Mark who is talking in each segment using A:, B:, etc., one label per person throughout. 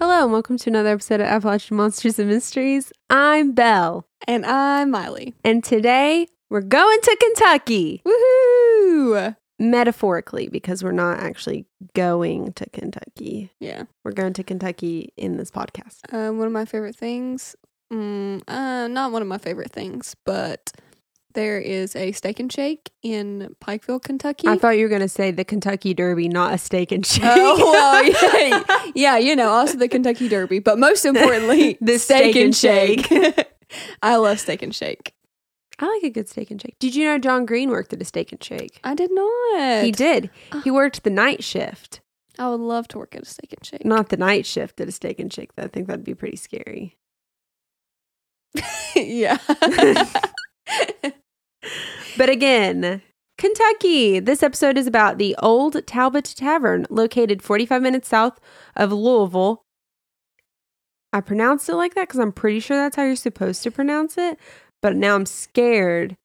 A: welcome to another episode of Appalachian Monsters and Mysteries. I'm Belle,
B: And I'm Miley.
A: and today we're going to Kentucky,
B: Woohoo!
A: metaphorically, because we're not actually going to Kentucky.
B: Yeah.
A: We're going to Kentucky in this podcast.
B: Um, one of my favorite things. Mm, uh, not one of my favorite things, but there is a steak and shake in Pikeville, Kentucky.
A: I thought you were going to say the Kentucky Derby, not a steak and shake.
B: Oh, well, yeah. yeah, you know, also the Kentucky Derby, but most importantly,
A: The steak and
B: I love steak and shake.
A: I like a good steak and shake. Did you know John Green worked at a steak and shake?
B: I did not.
A: He did. He worked the night shift.
B: I would love to work at a steak and shake.
A: Not the night shift at a steak and shake. though. I think that'd be pretty scary.
B: yeah.
A: But again, Kentucky. This episode is about the Old Talbot Tavern, located 45 minutes south of Louisville. I pronounced it like that because I'm pretty sure that's how you're supposed to pronounce it. But now I'm scared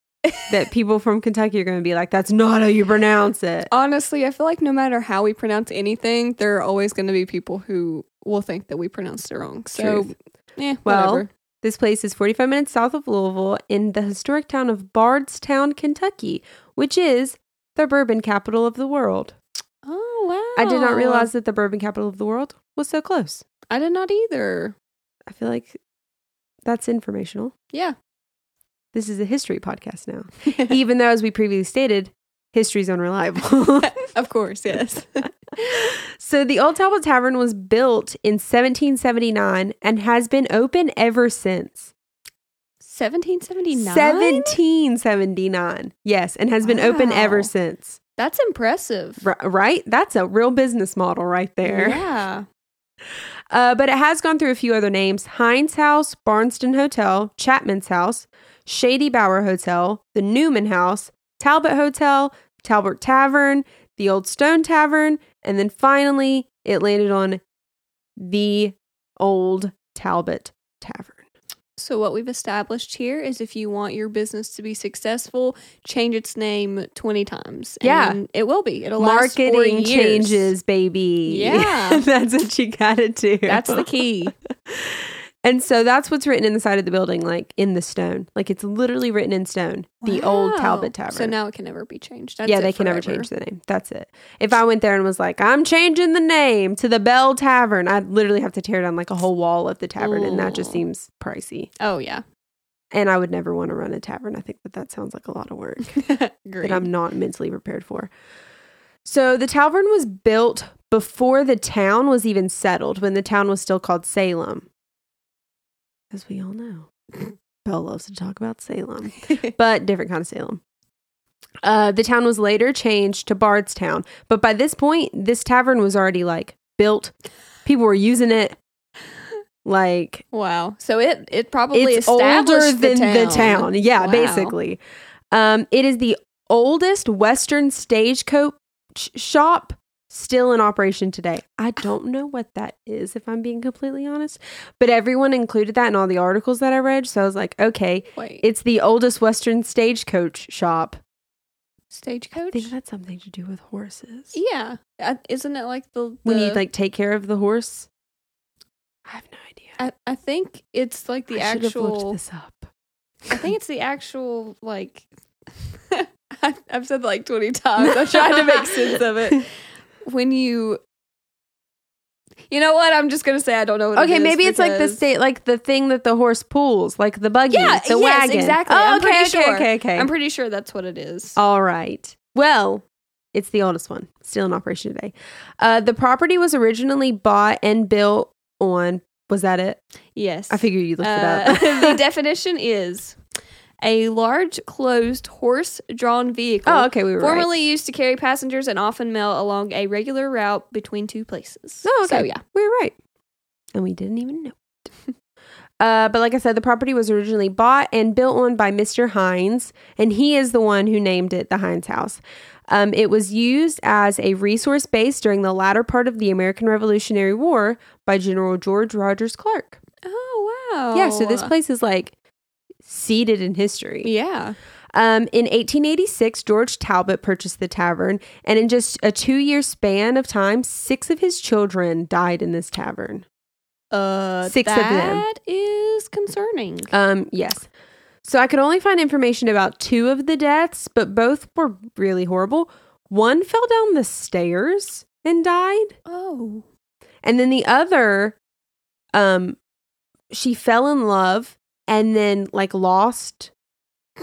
A: that people from Kentucky are going to be like, that's not how you pronounce it.
B: Oh. Honestly, I feel like no matter how we pronounce anything, there are always going to be people who will think that we pronounced it wrong. So,
A: Truth.
B: yeah,
A: Well,
B: whatever.
A: This place is 45 minutes south of Louisville in the historic town of Bardstown, Kentucky, which is the bourbon capital of the world.
B: Oh wow!
A: I did not realize that the bourbon capital of the world was so close.
B: I did not either.
A: I feel like that's informational.
B: Yeah.
A: This is a history podcast now. Even though, as we previously stated, history's unreliable.
B: of course, yes.
A: so, the Old Talbot Tavern was built in 1779 and has been open ever since.
B: 1779.
A: 1779. Yes, and has been open
B: Wow.
A: ever since.
B: That's impressive.
A: R- right? That's a real business model right there.
B: Yeah.
A: Uh, but it has gone through a few other names Hines House, Barnston Hotel, Chapman's House, Shady Bower Hotel, the Newman House, Talbot Hotel, Talbot Tavern, the Old Stone Tavern, and then finally it landed on the Old Talbot Tavern.
B: So what we've established here is if you want your business to be successful, change its name 20 times.
A: Yeah.
B: And it will be. It'll last four
A: Marketing
B: years.
A: changes, baby.
B: Yeah.
A: that's what you gotta do.
B: That's the key.
A: And so that's what's written in the side of the building, like in the stone. Like it's literally written in stone. The old
B: Wow.
A: Talbot Tavern.
B: So now it can never be changed. That's
A: yeah,
B: it
A: they can never
B: forever.
A: change the name. That's it. If I went there and was like, I'm changing the name to the Bell Tavern, I'd literally have to tear down like a whole wall of the tavern, and that just
B: Ooh.
A: seems pricey.
B: Oh yeah,
A: And I would never want to run a tavern. I think that that sounds like a lot of work
B: great.
A: that I'm not mentally prepared for. So the tavern was built before the town was even settled, when the town was still called Salem. As we all know, Bell loves to talk about Salem but different kind of Salem. Uh, the town was later changed to Bardstown, but by this point, this tavern was already like built. People were using it. Like
B: wow. So it it probably
A: it's
B: established
A: older than
B: the town.
A: Yeah,
B: Wow.
A: basically. Um, it is the oldest Western stagecoach shop still in operation today. I don't know what that is, if I'm being completely honest, but everyone included that in all the articles that I read. So I was like, okay,
B: Wait,
A: it's the oldest Western stagecoach shop. I
B: stagecoach.
A: think that's something to do with horses.
B: yeah, I, isn't it like the, the
A: When you E, like take care of the horse. I have no idea.
B: I, I think it's like the
A: I should have looked
B: actual.
A: this up.
B: I think it's the actual like. I, I've said that like twenty times. I'm trying to make sense of it. When you, you know what? I'm just gonna say I don't know. what it
A: Okay,
B: is
A: maybe it's like the
B: because-
A: state, like the thing that the horse pulls, like the buggy,
B: Yeah,
A: the
B: yes,
A: wagon.
B: exactly.
A: Oh,
B: I'm
A: okay,
B: pretty
A: okay,
B: sure.
A: okay, okay.
B: I'm pretty sure that's what it is.
A: All right. Well, it's the oldest one, still in operation today. Uh, the property was originally bought and built on. Was that it?
B: yes,
A: I figured you looked
B: Uh,
A: it up.
B: the definition is a large closed horse drawn vehicle
A: oh, okay, we were right.
B: formerly used to carry passengers and often mail along a regular route between two places.
A: Oh, okay.
B: So, yeah.
A: We were right. And we didn't even know. it. uh, but like I said, the property was originally bought and built on by Mr. Hines, and he is the one who named it the Hines House. Um, it was used as a resource base during the latter part of the American Revolutionary War by General George Rogers Clark.
B: Oh, wow.
A: Yeah, so this place is like seated in history.
B: Yeah.
A: Um, in 1886, George Talbot purchased the tavern, and in just a two year span of time, six of his children died in this tavern.
B: Uh,
A: Six of them.
B: That is concerning.
A: Um, yes. So I could only find information about two of the deaths, but both were really horrible. One fell down the stairs and died,
B: Oh.
A: and then the other, um, she fell in love and then like lost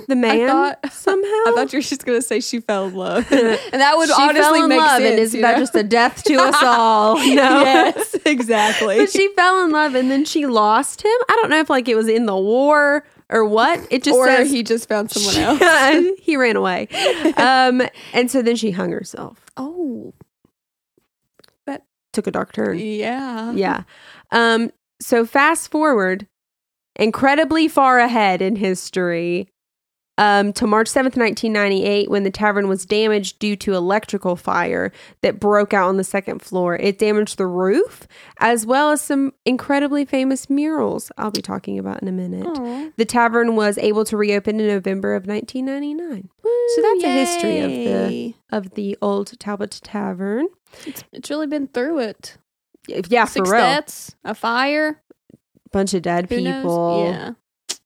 A: the man
B: thought-
A: somehow.
B: I thought you were just gonna say she fell in love, and that would
A: she
B: honestly
A: fell in
B: make
A: love
B: sense.
A: and is
B: you
A: about
B: know?
A: just a death to us all. No.
B: yes, exactly.
A: But she fell in love and then she lost him. I don't know if like it was in the war or what. It just
B: or
A: says
B: he just found someone
A: She-
B: else.
A: he ran away. Um, and so then she hung herself.
B: Oh,
A: Took a dark turn.
B: yeah.
A: Yeah. Um, so fast forward incredibly far ahead in history um, to March 7th, 1998, when the tavern was damaged due to electrical fire that broke out on the second floor. It damaged the roof as well as some incredibly famous murals I'll be talking about in a minute.
B: Aw.
A: The tavern was able to reopen in November of 1999. So that's a history of the-
B: Yay.
A: of the old Talbot Tavern.
B: It's, it's really been through it.
A: Y- Yeah,
B: Six
A: for real.
B: deaths, a fire,
A: Bunch of dead
B: who
A: people.
B: knows? Yeah.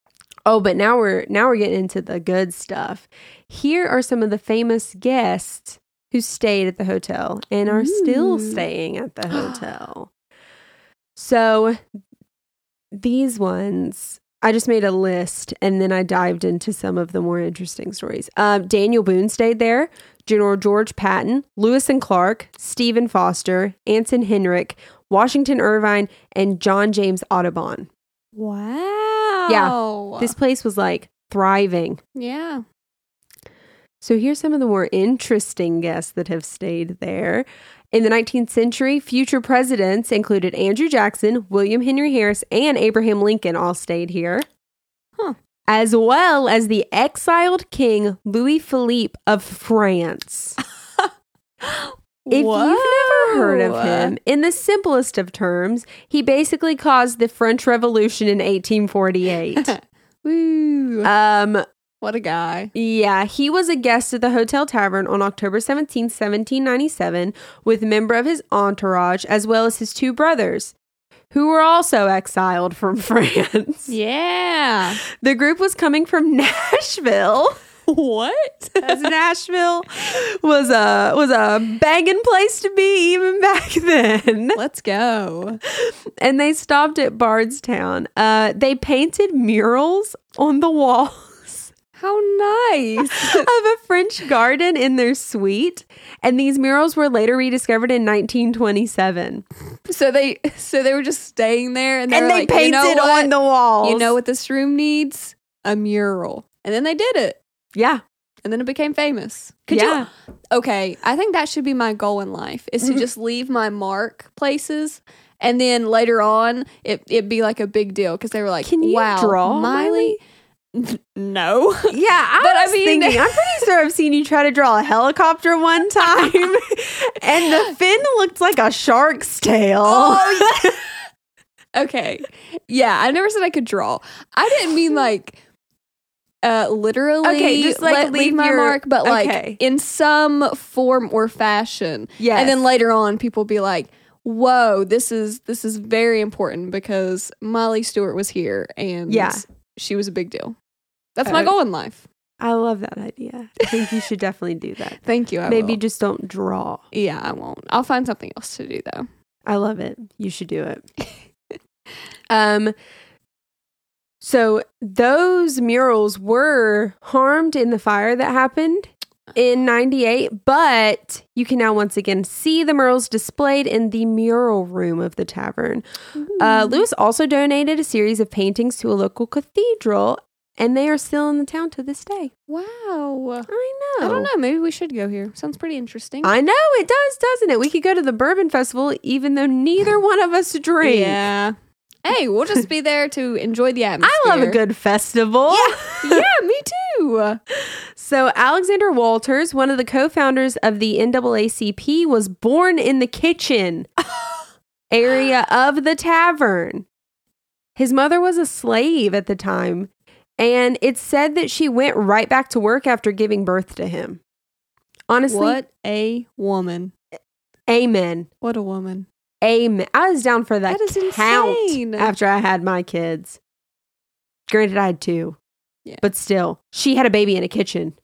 A: Oh, but now we're now we're getting into the good stuff. Here are some of the famous guests who stayed at the hotel and are still
B: Ooh.
A: staying at the hotel. So these ones, I just made a list and then I dived into some of the more interesting stories. Um, Daniel Boone stayed there. General George Patton, Lewis and Clark, Stephen Foster, Anson Henrik, Washington Irvine, and John James Audubon.
B: Wow.
A: This place was like thriving.
B: yeah.
A: So here's some of the more interesting guests that have stayed there. In the 19th century, future presidents included Andrew Jackson, William Henry Harris, and Abraham Lincoln all stayed here.
B: Huh.
A: As well as the exiled king Louis Philippe of France. If you've never heard
B: Whoa.
A: of him, in the simplest of terms, he basically caused the French Revolution in 1848.
B: Woo.
A: um,
B: what a guy.
A: Yeah, he was a guest at the Hotel Tavern on October 17, 1797, with a member of his entourage as well as his two brothers, who were also exiled from France.
B: Yeah.
A: The group was coming from Nashville,
B: what?
A: as Nashville was a was a banging place to be even back then.
B: Let's go.
A: And they stopped at Bardstown. Uh, they painted murals on the walls.
B: How nice.
A: of a French garden in their suite. And these murals were later rediscovered in 1927.
B: so they so they were just staying there and they,
A: And
B: were
A: they
B: like, you
A: painted
B: know what?
A: on the walls.
B: You know what this room needs? A mural. And then they did it.
A: Yeah.
B: And then it became famous. Could
A: Yeah.
B: you Okay, I think that should be my goal in life is to
A: Mhm.
B: just leave my mark places and then later on it it'd be like a big deal cuz they were like,
A: Can you
B: "Wow,
A: draw,
B: Miley?" No.
A: Yeah. I
B: But I
A: was
B: mean-
A: thinking, I'm pretty sure I've seen you try to draw a helicopter one time, and the fin looked like a shark's tail.
B: Oh, okay. Yeah, I never said I could draw. I didn't mean like uh literally
A: Okay, just, like,
B: let- leave
A: leave
B: my
A: your-
B: mark, but
A: okay.
B: like in some form or fashion.
A: Yes.
B: And then later on people be like, Whoa, this is this is very important because Molly Stewart was here and
A: Yeah.
B: she was a big deal. That's my
A: Uh,
B: goal in life.
A: I love that idea. I think you should definitely do that.
B: Thank you. I
A: Maybe
B: will.
A: just don't draw.
B: yeah, I won't. I'll find something else to do though.
A: I love it. You should do it. um so those murals were harmed in the fire that happened in 98, but you can now once again see the murals displayed in the mural room of the tavern. Uh, Lewis also donated a series of paintings to a local cathedral, and they are still in the town to this day.
B: Wow.
A: I
B: I don't know. Maybe we should go here. Sounds pretty interesting.
A: I know it does, doesn't it? We could go to the Bourbon Festival, even though neither one of us drink.
B: Yeah. Hey, we'll just be there to enjoy the atmosphere.
A: I love a good festival.
B: yeah, me too.
A: So, Alexander Walters, one of the co founders of the NAACP, was born in the kitchen area of the tavern. His mother was a slave at the time, and it's said that she went right back to work after giving birth to him. Honestly,
B: What a woman.
A: amen.
B: What a woman.
A: Amen. I was down for that,
B: That is
A: count
B: insane.
A: after I had my kids. Granted, I had two,
B: Yeah.
A: but still, she had a baby in a kitchen.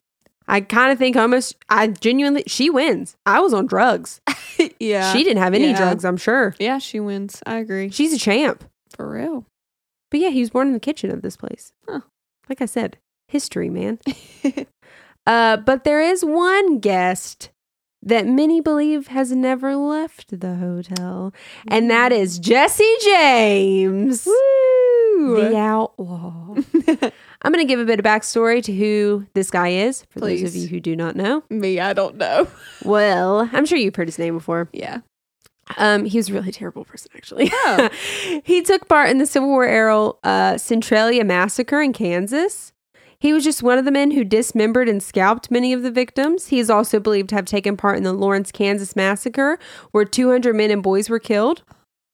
A: I kind of think almost, I genuinely, she wins. I was on drugs.
B: yeah.
A: She didn't have any
B: Yeah.
A: drugs, I'm sure.
B: yeah, she wins. I agree.
A: She's a champ.
B: For real.
A: But yeah, he was born in the kitchen of this place.
B: Huh.
A: Like I said, history, man. Uh, but there is one guest that many believe has never left the hotel, and that is Jesse James,
B: Woo!
A: the outlaw. I'm going to give a bit of backstory to who this guy is for those of
B: Please.
A: you who do not know.
B: Me, I don't know.
A: Well, I'm sure you've heard his name before.
B: Yeah.
A: Um, he was a really terrible person, actually.
B: Oh.
A: he took part in the Civil War era uh, Centralia massacre in Kansas. He was just one of the men who dismembered and scalped many of the victims. He is also believed to have taken part in the Lawrence, Kansas massacre, where 200 men and boys were killed.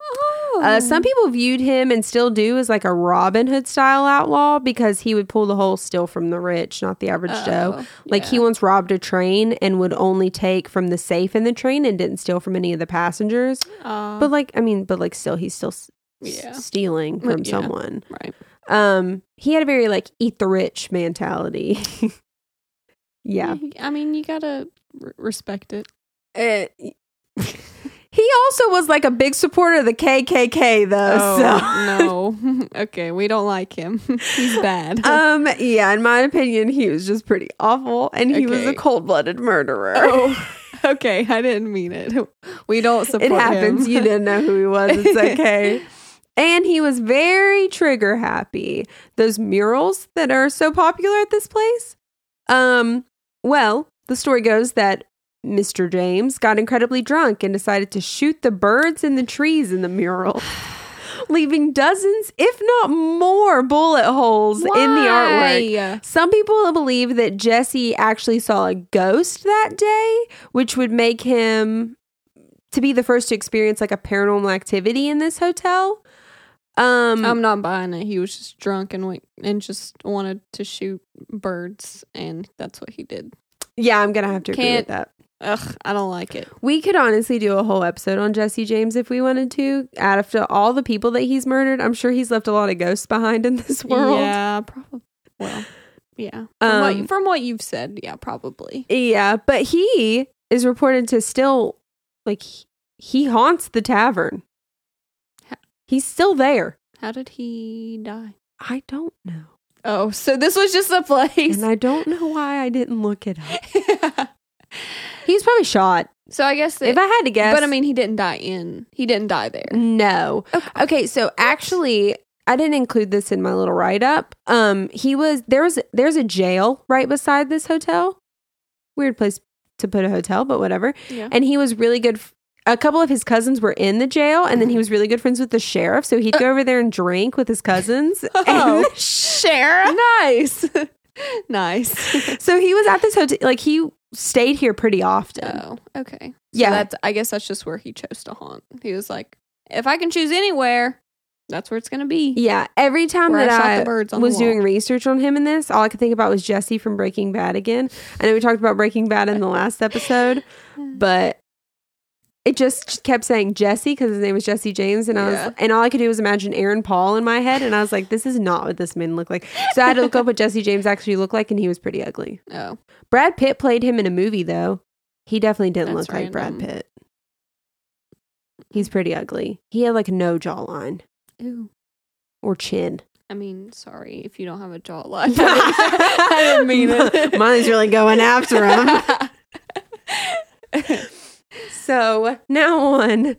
B: Oh.
A: Uh, some people viewed him and still do as like a Robin Hood style outlaw because he would pull the whole still from the rich, not the
B: Oh,
A: average Joe. Like he once robbed a train and would only take from the safe in the train and didn't steal from any of the passengers. But like, I mean, but like, still, he's still s- s-
B: Yeah.
A: stealing
B: Well,
A: from
B: yeah.
A: someone.
B: right.
A: Um, he had a very like eat the rich mentality. yeah.
B: I mean, you gotta re- respect it.
A: Uh, he also was like a big supporter of the KKK, though. Oh, so.
B: Oh, no. okay, we don't like him. He's bad.
A: Um. Yeah. In my opinion, he was just pretty awful, and he was a
B: Okay.
A: cold-blooded murderer.
B: oh, okay. I didn't mean it. We don't support
A: it
B: him.
A: happens. You didn't know who he was. It's okay. and he was very trigger happy. Those murals that are so popular at this place. Um, well, the story goes that Mr. James got incredibly drunk and decided to shoot the birds in the trees in the mural. Leaving dozens, if not more, bullet holes in the artwork.
B: Why?
A: Some people believe that Jesse actually saw a ghost that day, which would make him to be the first to experience like a paranormal activity in this hotel. Um,
B: I'm not buying it. He was just drunk and went and just wanted to shoot birds, and that's what he did.
A: yeah, I'm gonna have to agree with
B: Can't-
A: that.
B: Ugh, I don't like it.
A: We could honestly do a whole episode on Jesse James if we wanted to. After all the people that he's murdered, I'm sure he's left a lot of ghosts behind in this world.
B: Yeah, probably. Well, yeah. From, what,
A: Um,
B: you- from what you've said, yeah, probably.
A: Yeah, but he is reported to still like he- he haunts the tavern. He's still there.
B: How did he die?
A: I don't know.
B: Oh, so this was just a place.
A: And I don't know why I didn't look it up. He was probably shot.
B: so I guess that,
A: If I had to guess.
B: but I mean, he didn't die in. He didn't die there.
A: no.
B: Okay.
A: Okay, so actually, I didn't include this in my little write up. Um, he was there was there's a jail right beside this hotel. Weird place to put a hotel, but whatever.
B: Yeah.
A: And he was really good. F- a couple of his cousins were in the jail, and then he was really good friends with the sheriff. So he'd go over there and drink with his cousins.
B: Oh.
A: And sheriff.
B: nice, nice.
A: So he was at this hotel. Like he stayed here pretty often.
B: Oh, okay. So
A: Yeah.
B: that's. I guess that's just where he chose to haunt. He was like, if I can choose anywhere, that's where it's gonna be.
A: Yeah, every time
B: Where I
A: that
B: shot
A: I,
B: the birds on the
A: was
B: wall.
A: doing research on him in this, all I could think about was Jesse from Breaking Bad again. I know we talked about Breaking Bad in the last episode, but it just kept saying Jesse because his name was Jesse James, and I
B: Yeah.
A: was, and all I could do was imagine Aaron Paul in my head, and I was like, this is not what this man looked like. So I had to look up what Jesse James actually looked like, and he was pretty ugly.
B: Oh,
A: Brad Pitt played him in a movie though. He definitely didn't
B: That's
A: look like Brad
B: random.
A: Pitt. He's pretty ugly. He had like no jawline
B: Ew.
A: or chin.
B: I mean, sorry if you don't have a jawline. I didn't, I didn't mean it.
A: Mine's really going after him. so now on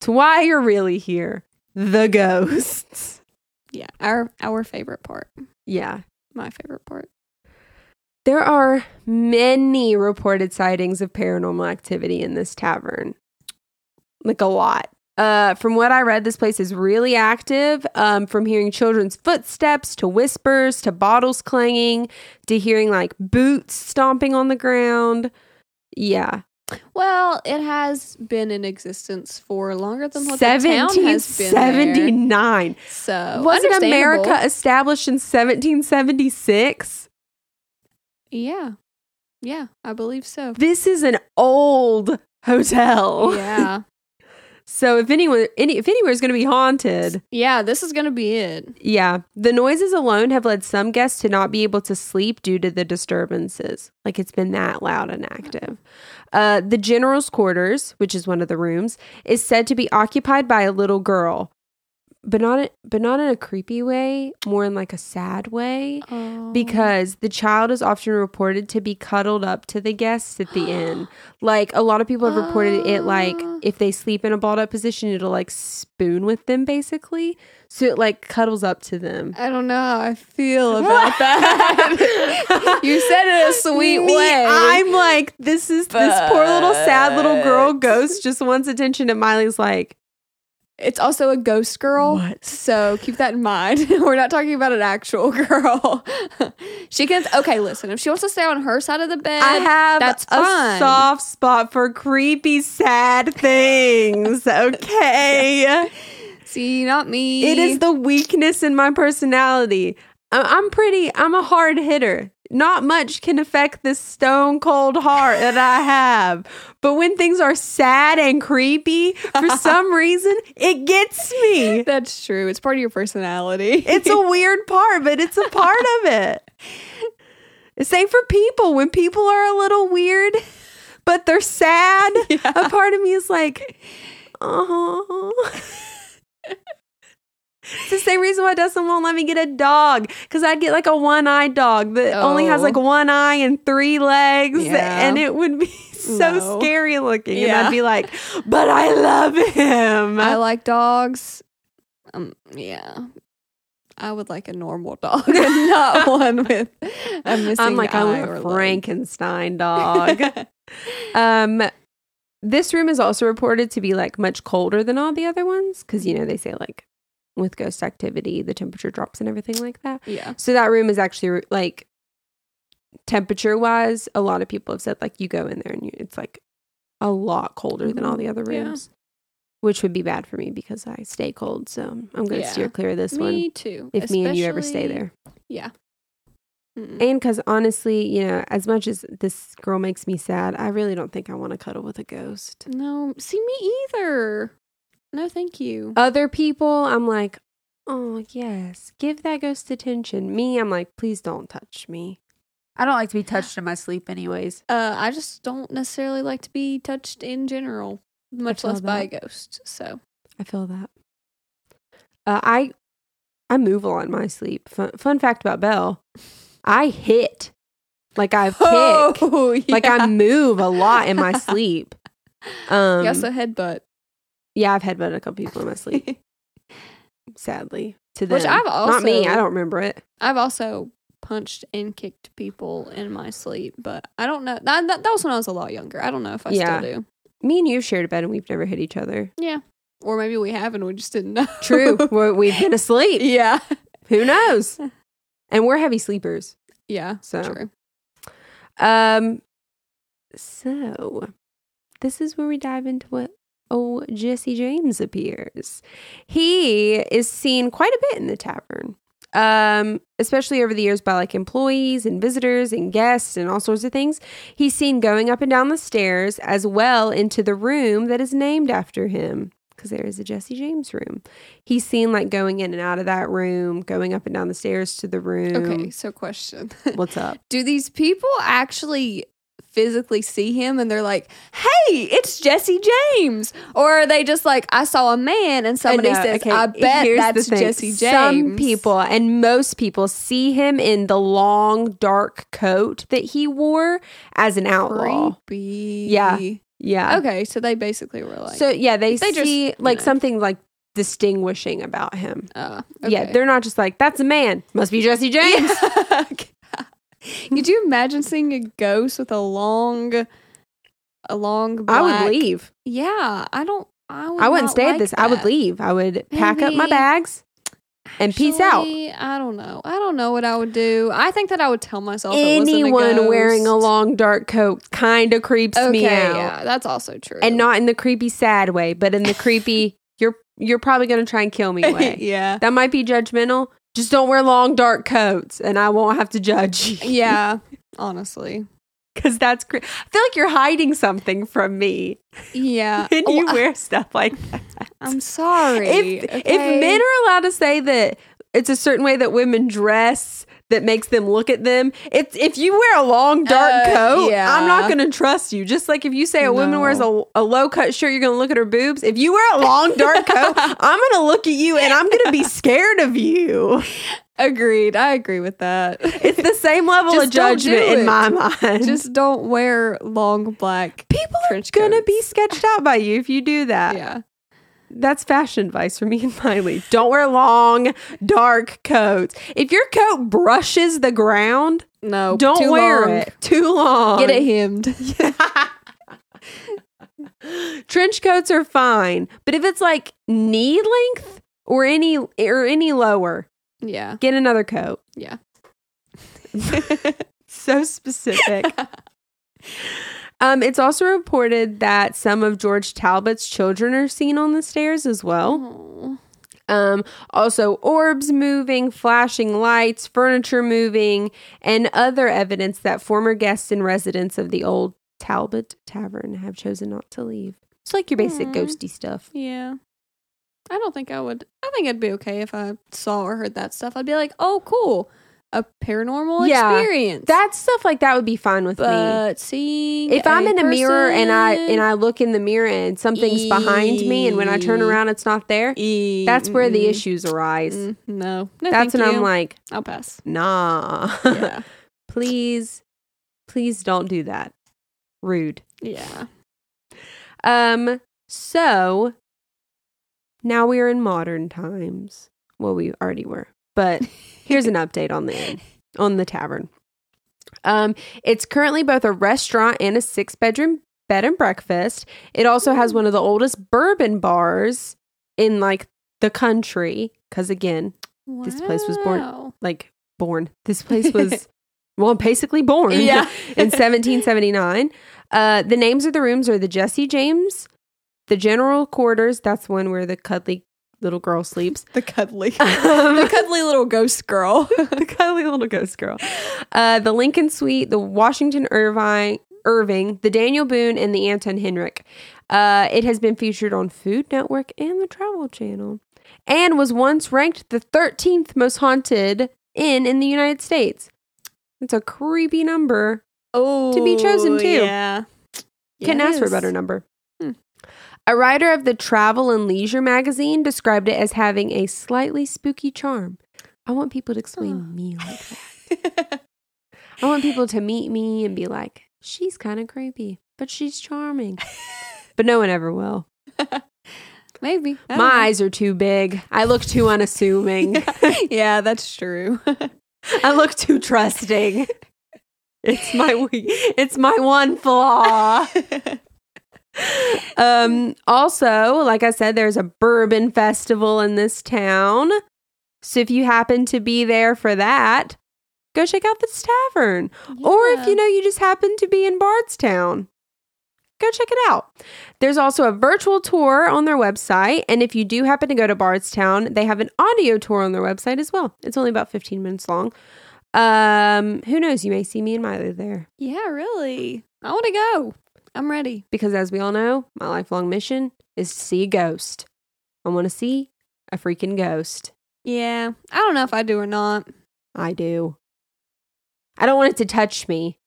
A: to why you're really here. The ghosts.
B: yeah, our our favorite part.
A: Yeah.
B: My favorite part.
A: There are many reported sightings of paranormal activity in this tavern. Like a lot. Uh, from what I read, this place is really active. Um, from hearing children's footsteps to whispers to bottles clanging to hearing like boots stomping on the ground. Yeah.
B: Well, it has been in existence for longer than what the town has been there.
A: 1779.
B: So
A: Wasn't
B: understandable.
A: America established in 1776?
B: Yeah, yeah, I believe so.
A: Oh. This is an old hotel.
B: Yeah,
A: So if anyone, any, if anywhere is going to be haunted,
B: Yeah, this is gonna be it.
A: yeah, the noises alone have led some guests to not be able to sleep due to the disturbances. Like it's been that loud and active. Uh, the general's quarters, which is one of the rooms, is said to be occupied by a little girl, but not but not in a creepy way, more in like a sad way. because the child is often reported to be cuddled up to the guests at the inn. Like a lot of people have reported it like
B: Ah.
A: if they sleep in a balled up position, it'll like spoon with them basically. So it like cuddles up to them.
B: I don't know how I feel about that. you said it a sweet
A: Me,
B: way.
A: I'm like, this is this poor little sad little girl
B: but-
A: ghost just wants attention, and Miley's like,
B: it's also a ghost girl.
A: What?
B: So keep that in mind. We're not talking about an actual girl. she can okay, listen, if she wants to stay on her side of the bed,
A: I have
B: that's
A: a
B: fine.
A: soft spot for creepy, sad things. Okay.
B: see, not me.
A: It is the weakness in my personality. I- I'm pretty, I'm a hard hitter. Not much can affect this stone cold heart that I have. But when things are sad and creepy, for some reason, it gets me.
B: that's true. It's part of your personality.
A: It's a weird part, but it's a part of it. Same for people. When people are a little weird, but they're sad, a part of me is like, oh. it's the same reason why Dustin won't let me get a dog because I'd get like a one eyed dog that only has
B: Oh.
A: like one eye and three legs,
B: Yeah.
A: and it would be so
B: No.
A: scary looking. And
B: Yeah.
A: I'd be like, but I love him.
B: I like dogs. Um, yeah. I would like a normal dog, and not one with a missing
A: I'm like, I
B: eye
A: want
B: or
A: a
B: leg.
A: Frankenstein dog. um, this room is also reported to be like much colder than all the other ones because you know they say like with ghost activity the temperature drops and everything like that.
B: yeah.
A: So that room is actually like temperature wise, a lot of people have said like you go in there and you, it's like a lot colder than all the other
B: Mm-hmm. Yeah.
A: rooms. Which would be bad for me because I stay cold, so I'm going to
B: Yeah.
A: steer clear of this
B: me
A: one.
B: too.
A: If me and you ever stay
B: Especially-
A: there,
B: Mm-mm.
A: And because honestly, you know, as much as this girl makes me sad, I really don't think I want to cuddle with a ghost.
B: No, see me either. No, thank you.
A: Other people, I'm like, oh, yes, give that ghost attention. Me, I'm like, please don't touch me. I don't like to be touched in my sleep, anyways.
B: Uh, I just don't necessarily like to be touched in general, much
A: feel
B: less by a ghost. So
A: I feel that. Uh, I I move a lot in my sleep. Fun, fun fact about Belle, I hit. Like I kick.
B: Oh,
A: Like I
B: yeah.
A: move a lot in my sleep. Um,
B: You also headbutt,
A: Yeah, I've headbutted a couple people in my sleep, sadly. To them.
B: Which I've
A: not me.
B: also-
A: I don't remember it.
B: I've also punched and kicked people in my sleep, but I don't know. That, that, that was when I was a lot younger. I don't know if I
A: Yeah.
B: still do.
A: Me and you have shared a bed and we've never hit each other.
B: Yeah, or maybe we have and we just didn't know.
A: True, We're- we've been asleep.
B: yeah,
A: Who knows? And we're heavy sleepers,
B: yeah.
A: so
B: True.
A: um, so this is where we dive into what oh Jesse James appears. He is seen quite a bit in the tavern. Um, especially over the years by like employees and visitors and guests and all sorts of things. He's seen going up and down the stairs as well into the room that is named after him because there is a Jesse James room. He's seen like going in and out of that room, going up and down the stairs to the room.
B: Okay, so question.
A: What's up?
B: Do these people actually physically see him and they're like, "Hey, it's Jesse James," or are they just like, "I saw a man and somebody
A: know,
B: says,
A: uh, okay,
B: I bet
A: here's the
B: that's
A: thing.
B: Jesse James."
A: Some people and most people see him in the long dark coat that he wore as an outlaw.
B: creepy.
A: Yeah. Yeah.
B: Okay, so they basically were like,
A: so yeah, they,
B: they just,
A: see
B: you
A: like
B: know.
A: something like distinguishing about him.
B: uh,
A: Yeah, they're not just like that's a man. Must be Jesse James.
B: okay. Could you imagine seeing a ghost with a long, a long? Black,
A: I would leave.
B: Yeah, I don't. I, would
A: I wouldn't
B: not
A: stay
B: like
A: at this. I would
B: that.
A: leave. I would pack up my
B: Maybe-
A: bags and peace out.
B: Actually, I don't know. I don't know what I would do. I think that I would tell myself it wasn't a
A: Anyone
B: ghost.
A: wearing a long dark coat kind of creeps
B: Okay,
A: me out.
B: yeah, that's also true.
A: and not in the creepy sad way, but in the creepy you're you're probably gonna try and kill me way.
B: yeah,
A: That might be judgmental. Just don't wear long dark coats, and I won't have to judge.
B: yeah. Honestly,
A: because that's. Cre- I feel like you're hiding something from me
B: Yeah.
A: when you
B: Oh,
A: wear stuff like that.
B: I'm sorry.
A: If if
B: okay?
A: men are allowed to say that it's a certain way that women dress that makes them look at them, if if you wear a long dark
B: Uh,
A: coat,
B: yeah.
A: I'm not going to trust you. Just like if you say a woman
B: No.
A: wears a, a low cut shirt, you're going to look at her boobs. If you wear a long dark coat, I'm going to look at you and I'm going to be scared of you.
B: agreed, I agree with that.
A: It's the same level of
B: Just don't do
A: judgment in
B: it.
A: my mind.
B: Just don't wear long black
A: people are
B: trench
A: going to
B: coats.
A: be sketched out by you if you do that.
B: Yeah.
A: That's fashion advice for me and Miley. Don't wear long, dark coats. If your coat brushes the ground,
B: No.
A: don't
B: Oh, too
A: wear
B: long.
A: it too long.
B: Get it hemmed.
A: Trench coats are fine, but if it's like knee length or any or any lower,
B: Yeah.
A: get another coat.
B: Yeah.
A: So specific. um, it's also reported that some of George Talbot's children are seen on the stairs as well.
B: Oh.
A: Um, also, orbs moving, flashing lights, furniture moving, and other evidence that former guests and residents of the old Talbot Tavern have chosen not to leave. It's like your basic
B: Aw.
A: ghosty stuff.
B: Yeah. I don't think I would. I think I'd be okay if I saw or heard that stuff. I'd be like, oh, cool. A paranormal
A: Yeah.
B: experience.
A: That stuff like that would be fine with me.
B: but seeing
A: If I'm in a mirror and I and I look in the mirror and something's behind me, and when I turn
B: Eee.
A: around, it's not there.
B: I,
A: That's where the issues arise.
B: E, no, no,
A: That's
B: thank
A: when
B: you.
A: I'm like,
B: I'll pass.
A: nah,
B: Yeah,
A: please, please don't do that. Rude.
B: yeah.
A: Um, so now we are in modern times. Well, we already were, but here's an update on the inn, on the tavern. Um, it's currently both a restaurant and a six bedroom bed and breakfast. It also has one of the oldest bourbon bars in like the country. Cause again, This place was born-
B: Wow.
A: like born, this place was well, basically born.
B: Yeah,
A: in 1779. Uh, the names of the rooms are the Jesse James, the General Quarters. That's one where the cuddly little girl sleeps.
B: the cuddly, the
A: Um,
B: cuddly little ghost girl.
A: the cuddly little ghost girl. Uh, the Lincoln Suite, the Washington Irvine, Irving, the Daniel Boone, and the Anton Henrik. Uh, it has been featured on Food Network and the Travel Channel, and was once ranked the 13th most haunted inn in the United States. It's a creepy number.
B: Oh,
A: be chosen, too.
B: Yeah,
A: Couldn't
B: Yes.
A: ask for a better number.
B: Hmm.
A: A writer of the Travel and Leisure magazine described it as having a slightly spooky charm. I want people to explain
B: Huh.
A: me like that. I want people to meet me and be like, she's kind of creepy, but she's charming. but no one ever will.
B: Maybe I don't
A: My eyes are too big. I look too unassuming.
B: know. yeah, that's true.
A: I look too trusting. It's my we- it's my one flaw. um also, like I said, there's a bourbon festival in this town. So if you happen to be there for that, go check out this tavern. Or if you know you just happen to be in Bardstown, go check it out. There's also a virtual tour on their website. And if you do happen to go to Bardstown, they have an audio tour on their website as well. It's only about 15 minutes long. Um, who knows? You may see me and Miley there.
B: yeah, really, I want to go. I'm ready.
A: Because as we all know, my lifelong mission is to see a ghost. I want to see a freaking ghost.
B: Yeah, I don't know if I do or not.
A: I do. I don't want it to touch me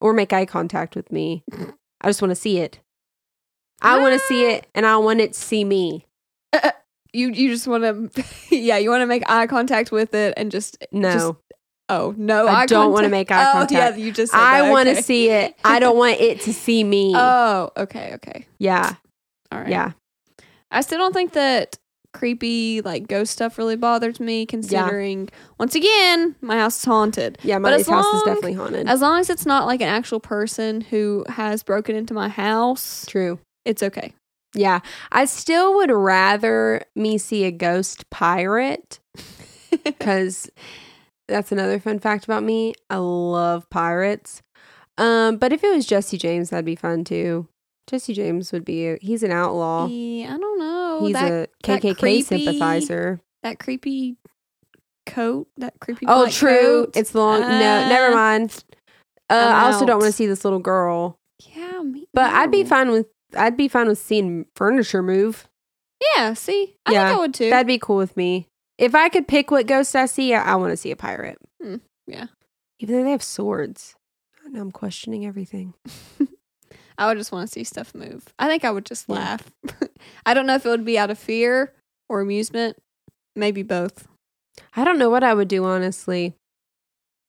A: or make eye contact with me. I just want to see it. I want to see it and I want it to see me.
B: You you just want to, yeah, you want to make eye contact with it and just
A: No.
B: Just oh no,
A: I
B: eye
A: don't wanna
B: contact.
A: make eye contact.
B: Oh yeah, you just. said
A: I
B: that,
A: want to
B: okay.
A: see it. I don't want it to see me.
B: Oh okay okay
A: yeah.
B: all right
A: Yeah.
B: I still don't think that creepy like ghost stuff really bothers me considering once again my house is haunted.
A: Yeah.
B: But
A: My
B: as
A: house is
B: long
A: definitely haunted.
B: As long as it's not like an actual person who has broken into my house,
A: True.
B: it's okay.
A: Yeah. I still would rather me see a ghost pirate because that's another fun fact about me. I love pirates. Um, but if it was Jesse James, that'd be fun too. Jesse James would be, he's an outlaw.
B: Yeah, I don't know.
A: He's
B: that,
A: a
B: that
A: KKK
B: creepy-
A: sympathizer.
B: that creepy coat, that creepy
A: Oh,
B: black
A: true.
B: coat.
A: It's long. no,
B: Uh,
A: never mind. Uh,
B: I'm
A: I also don't
B: out.
A: want to see this little girl.
B: Yeah, me.
A: But I'd be
B: too.
A: fine with I'd be fine with seeing furniture move.
B: Yeah, see, I
A: Yeah,
B: think I would too.
A: That'd be cool with me. If I could pick what ghost I see, I, I want to see a pirate.
B: Hmm, yeah.
A: Even though they have swords. Now I'm questioning everything.
B: I would just want to see stuff move. I think I would just
A: Yeah.
B: laugh. I don't know if it would be out of fear or amusement, maybe both.
A: I don't know what I would do honestly.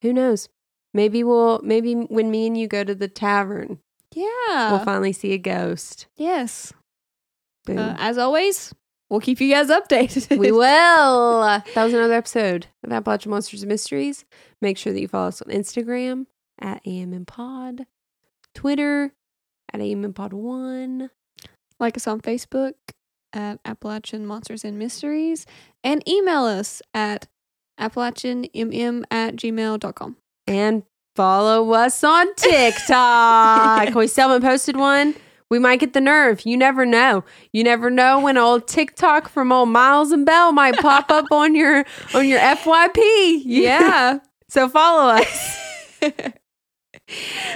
A: Who knows? Maybe we'll maybe when me and you go to the tavern,
B: Yeah.
A: we'll finally see a ghost.
B: yes.
A: Boom.
B: Uh, as always, we'll keep you guys updated.
A: we will. That was another episode of Appalachian Monsters and Mysteries. Make sure that you follow us on Instagram at AMN Pod, Twitter at AMN Pod One.
B: like us on Facebook at Appalachian Monsters and Mysteries and email us at appalachianmm at gmail.com.
A: And follow us on TikTok. We seldom posted one. We might get the nerve. You never know. You never know when old TikTok from old Miles and Bell might pop up on your on your FYP. Yeah. so follow us.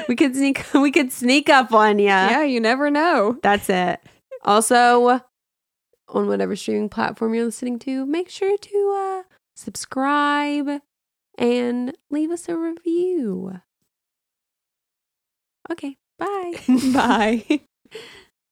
A: We could sneak we could sneak up on you.
B: yeah, you never know.
A: That's it. Also, on whatever streaming platform you're listening to, make sure to uh, subscribe and leave us a review. Okay, bye.
B: Bye.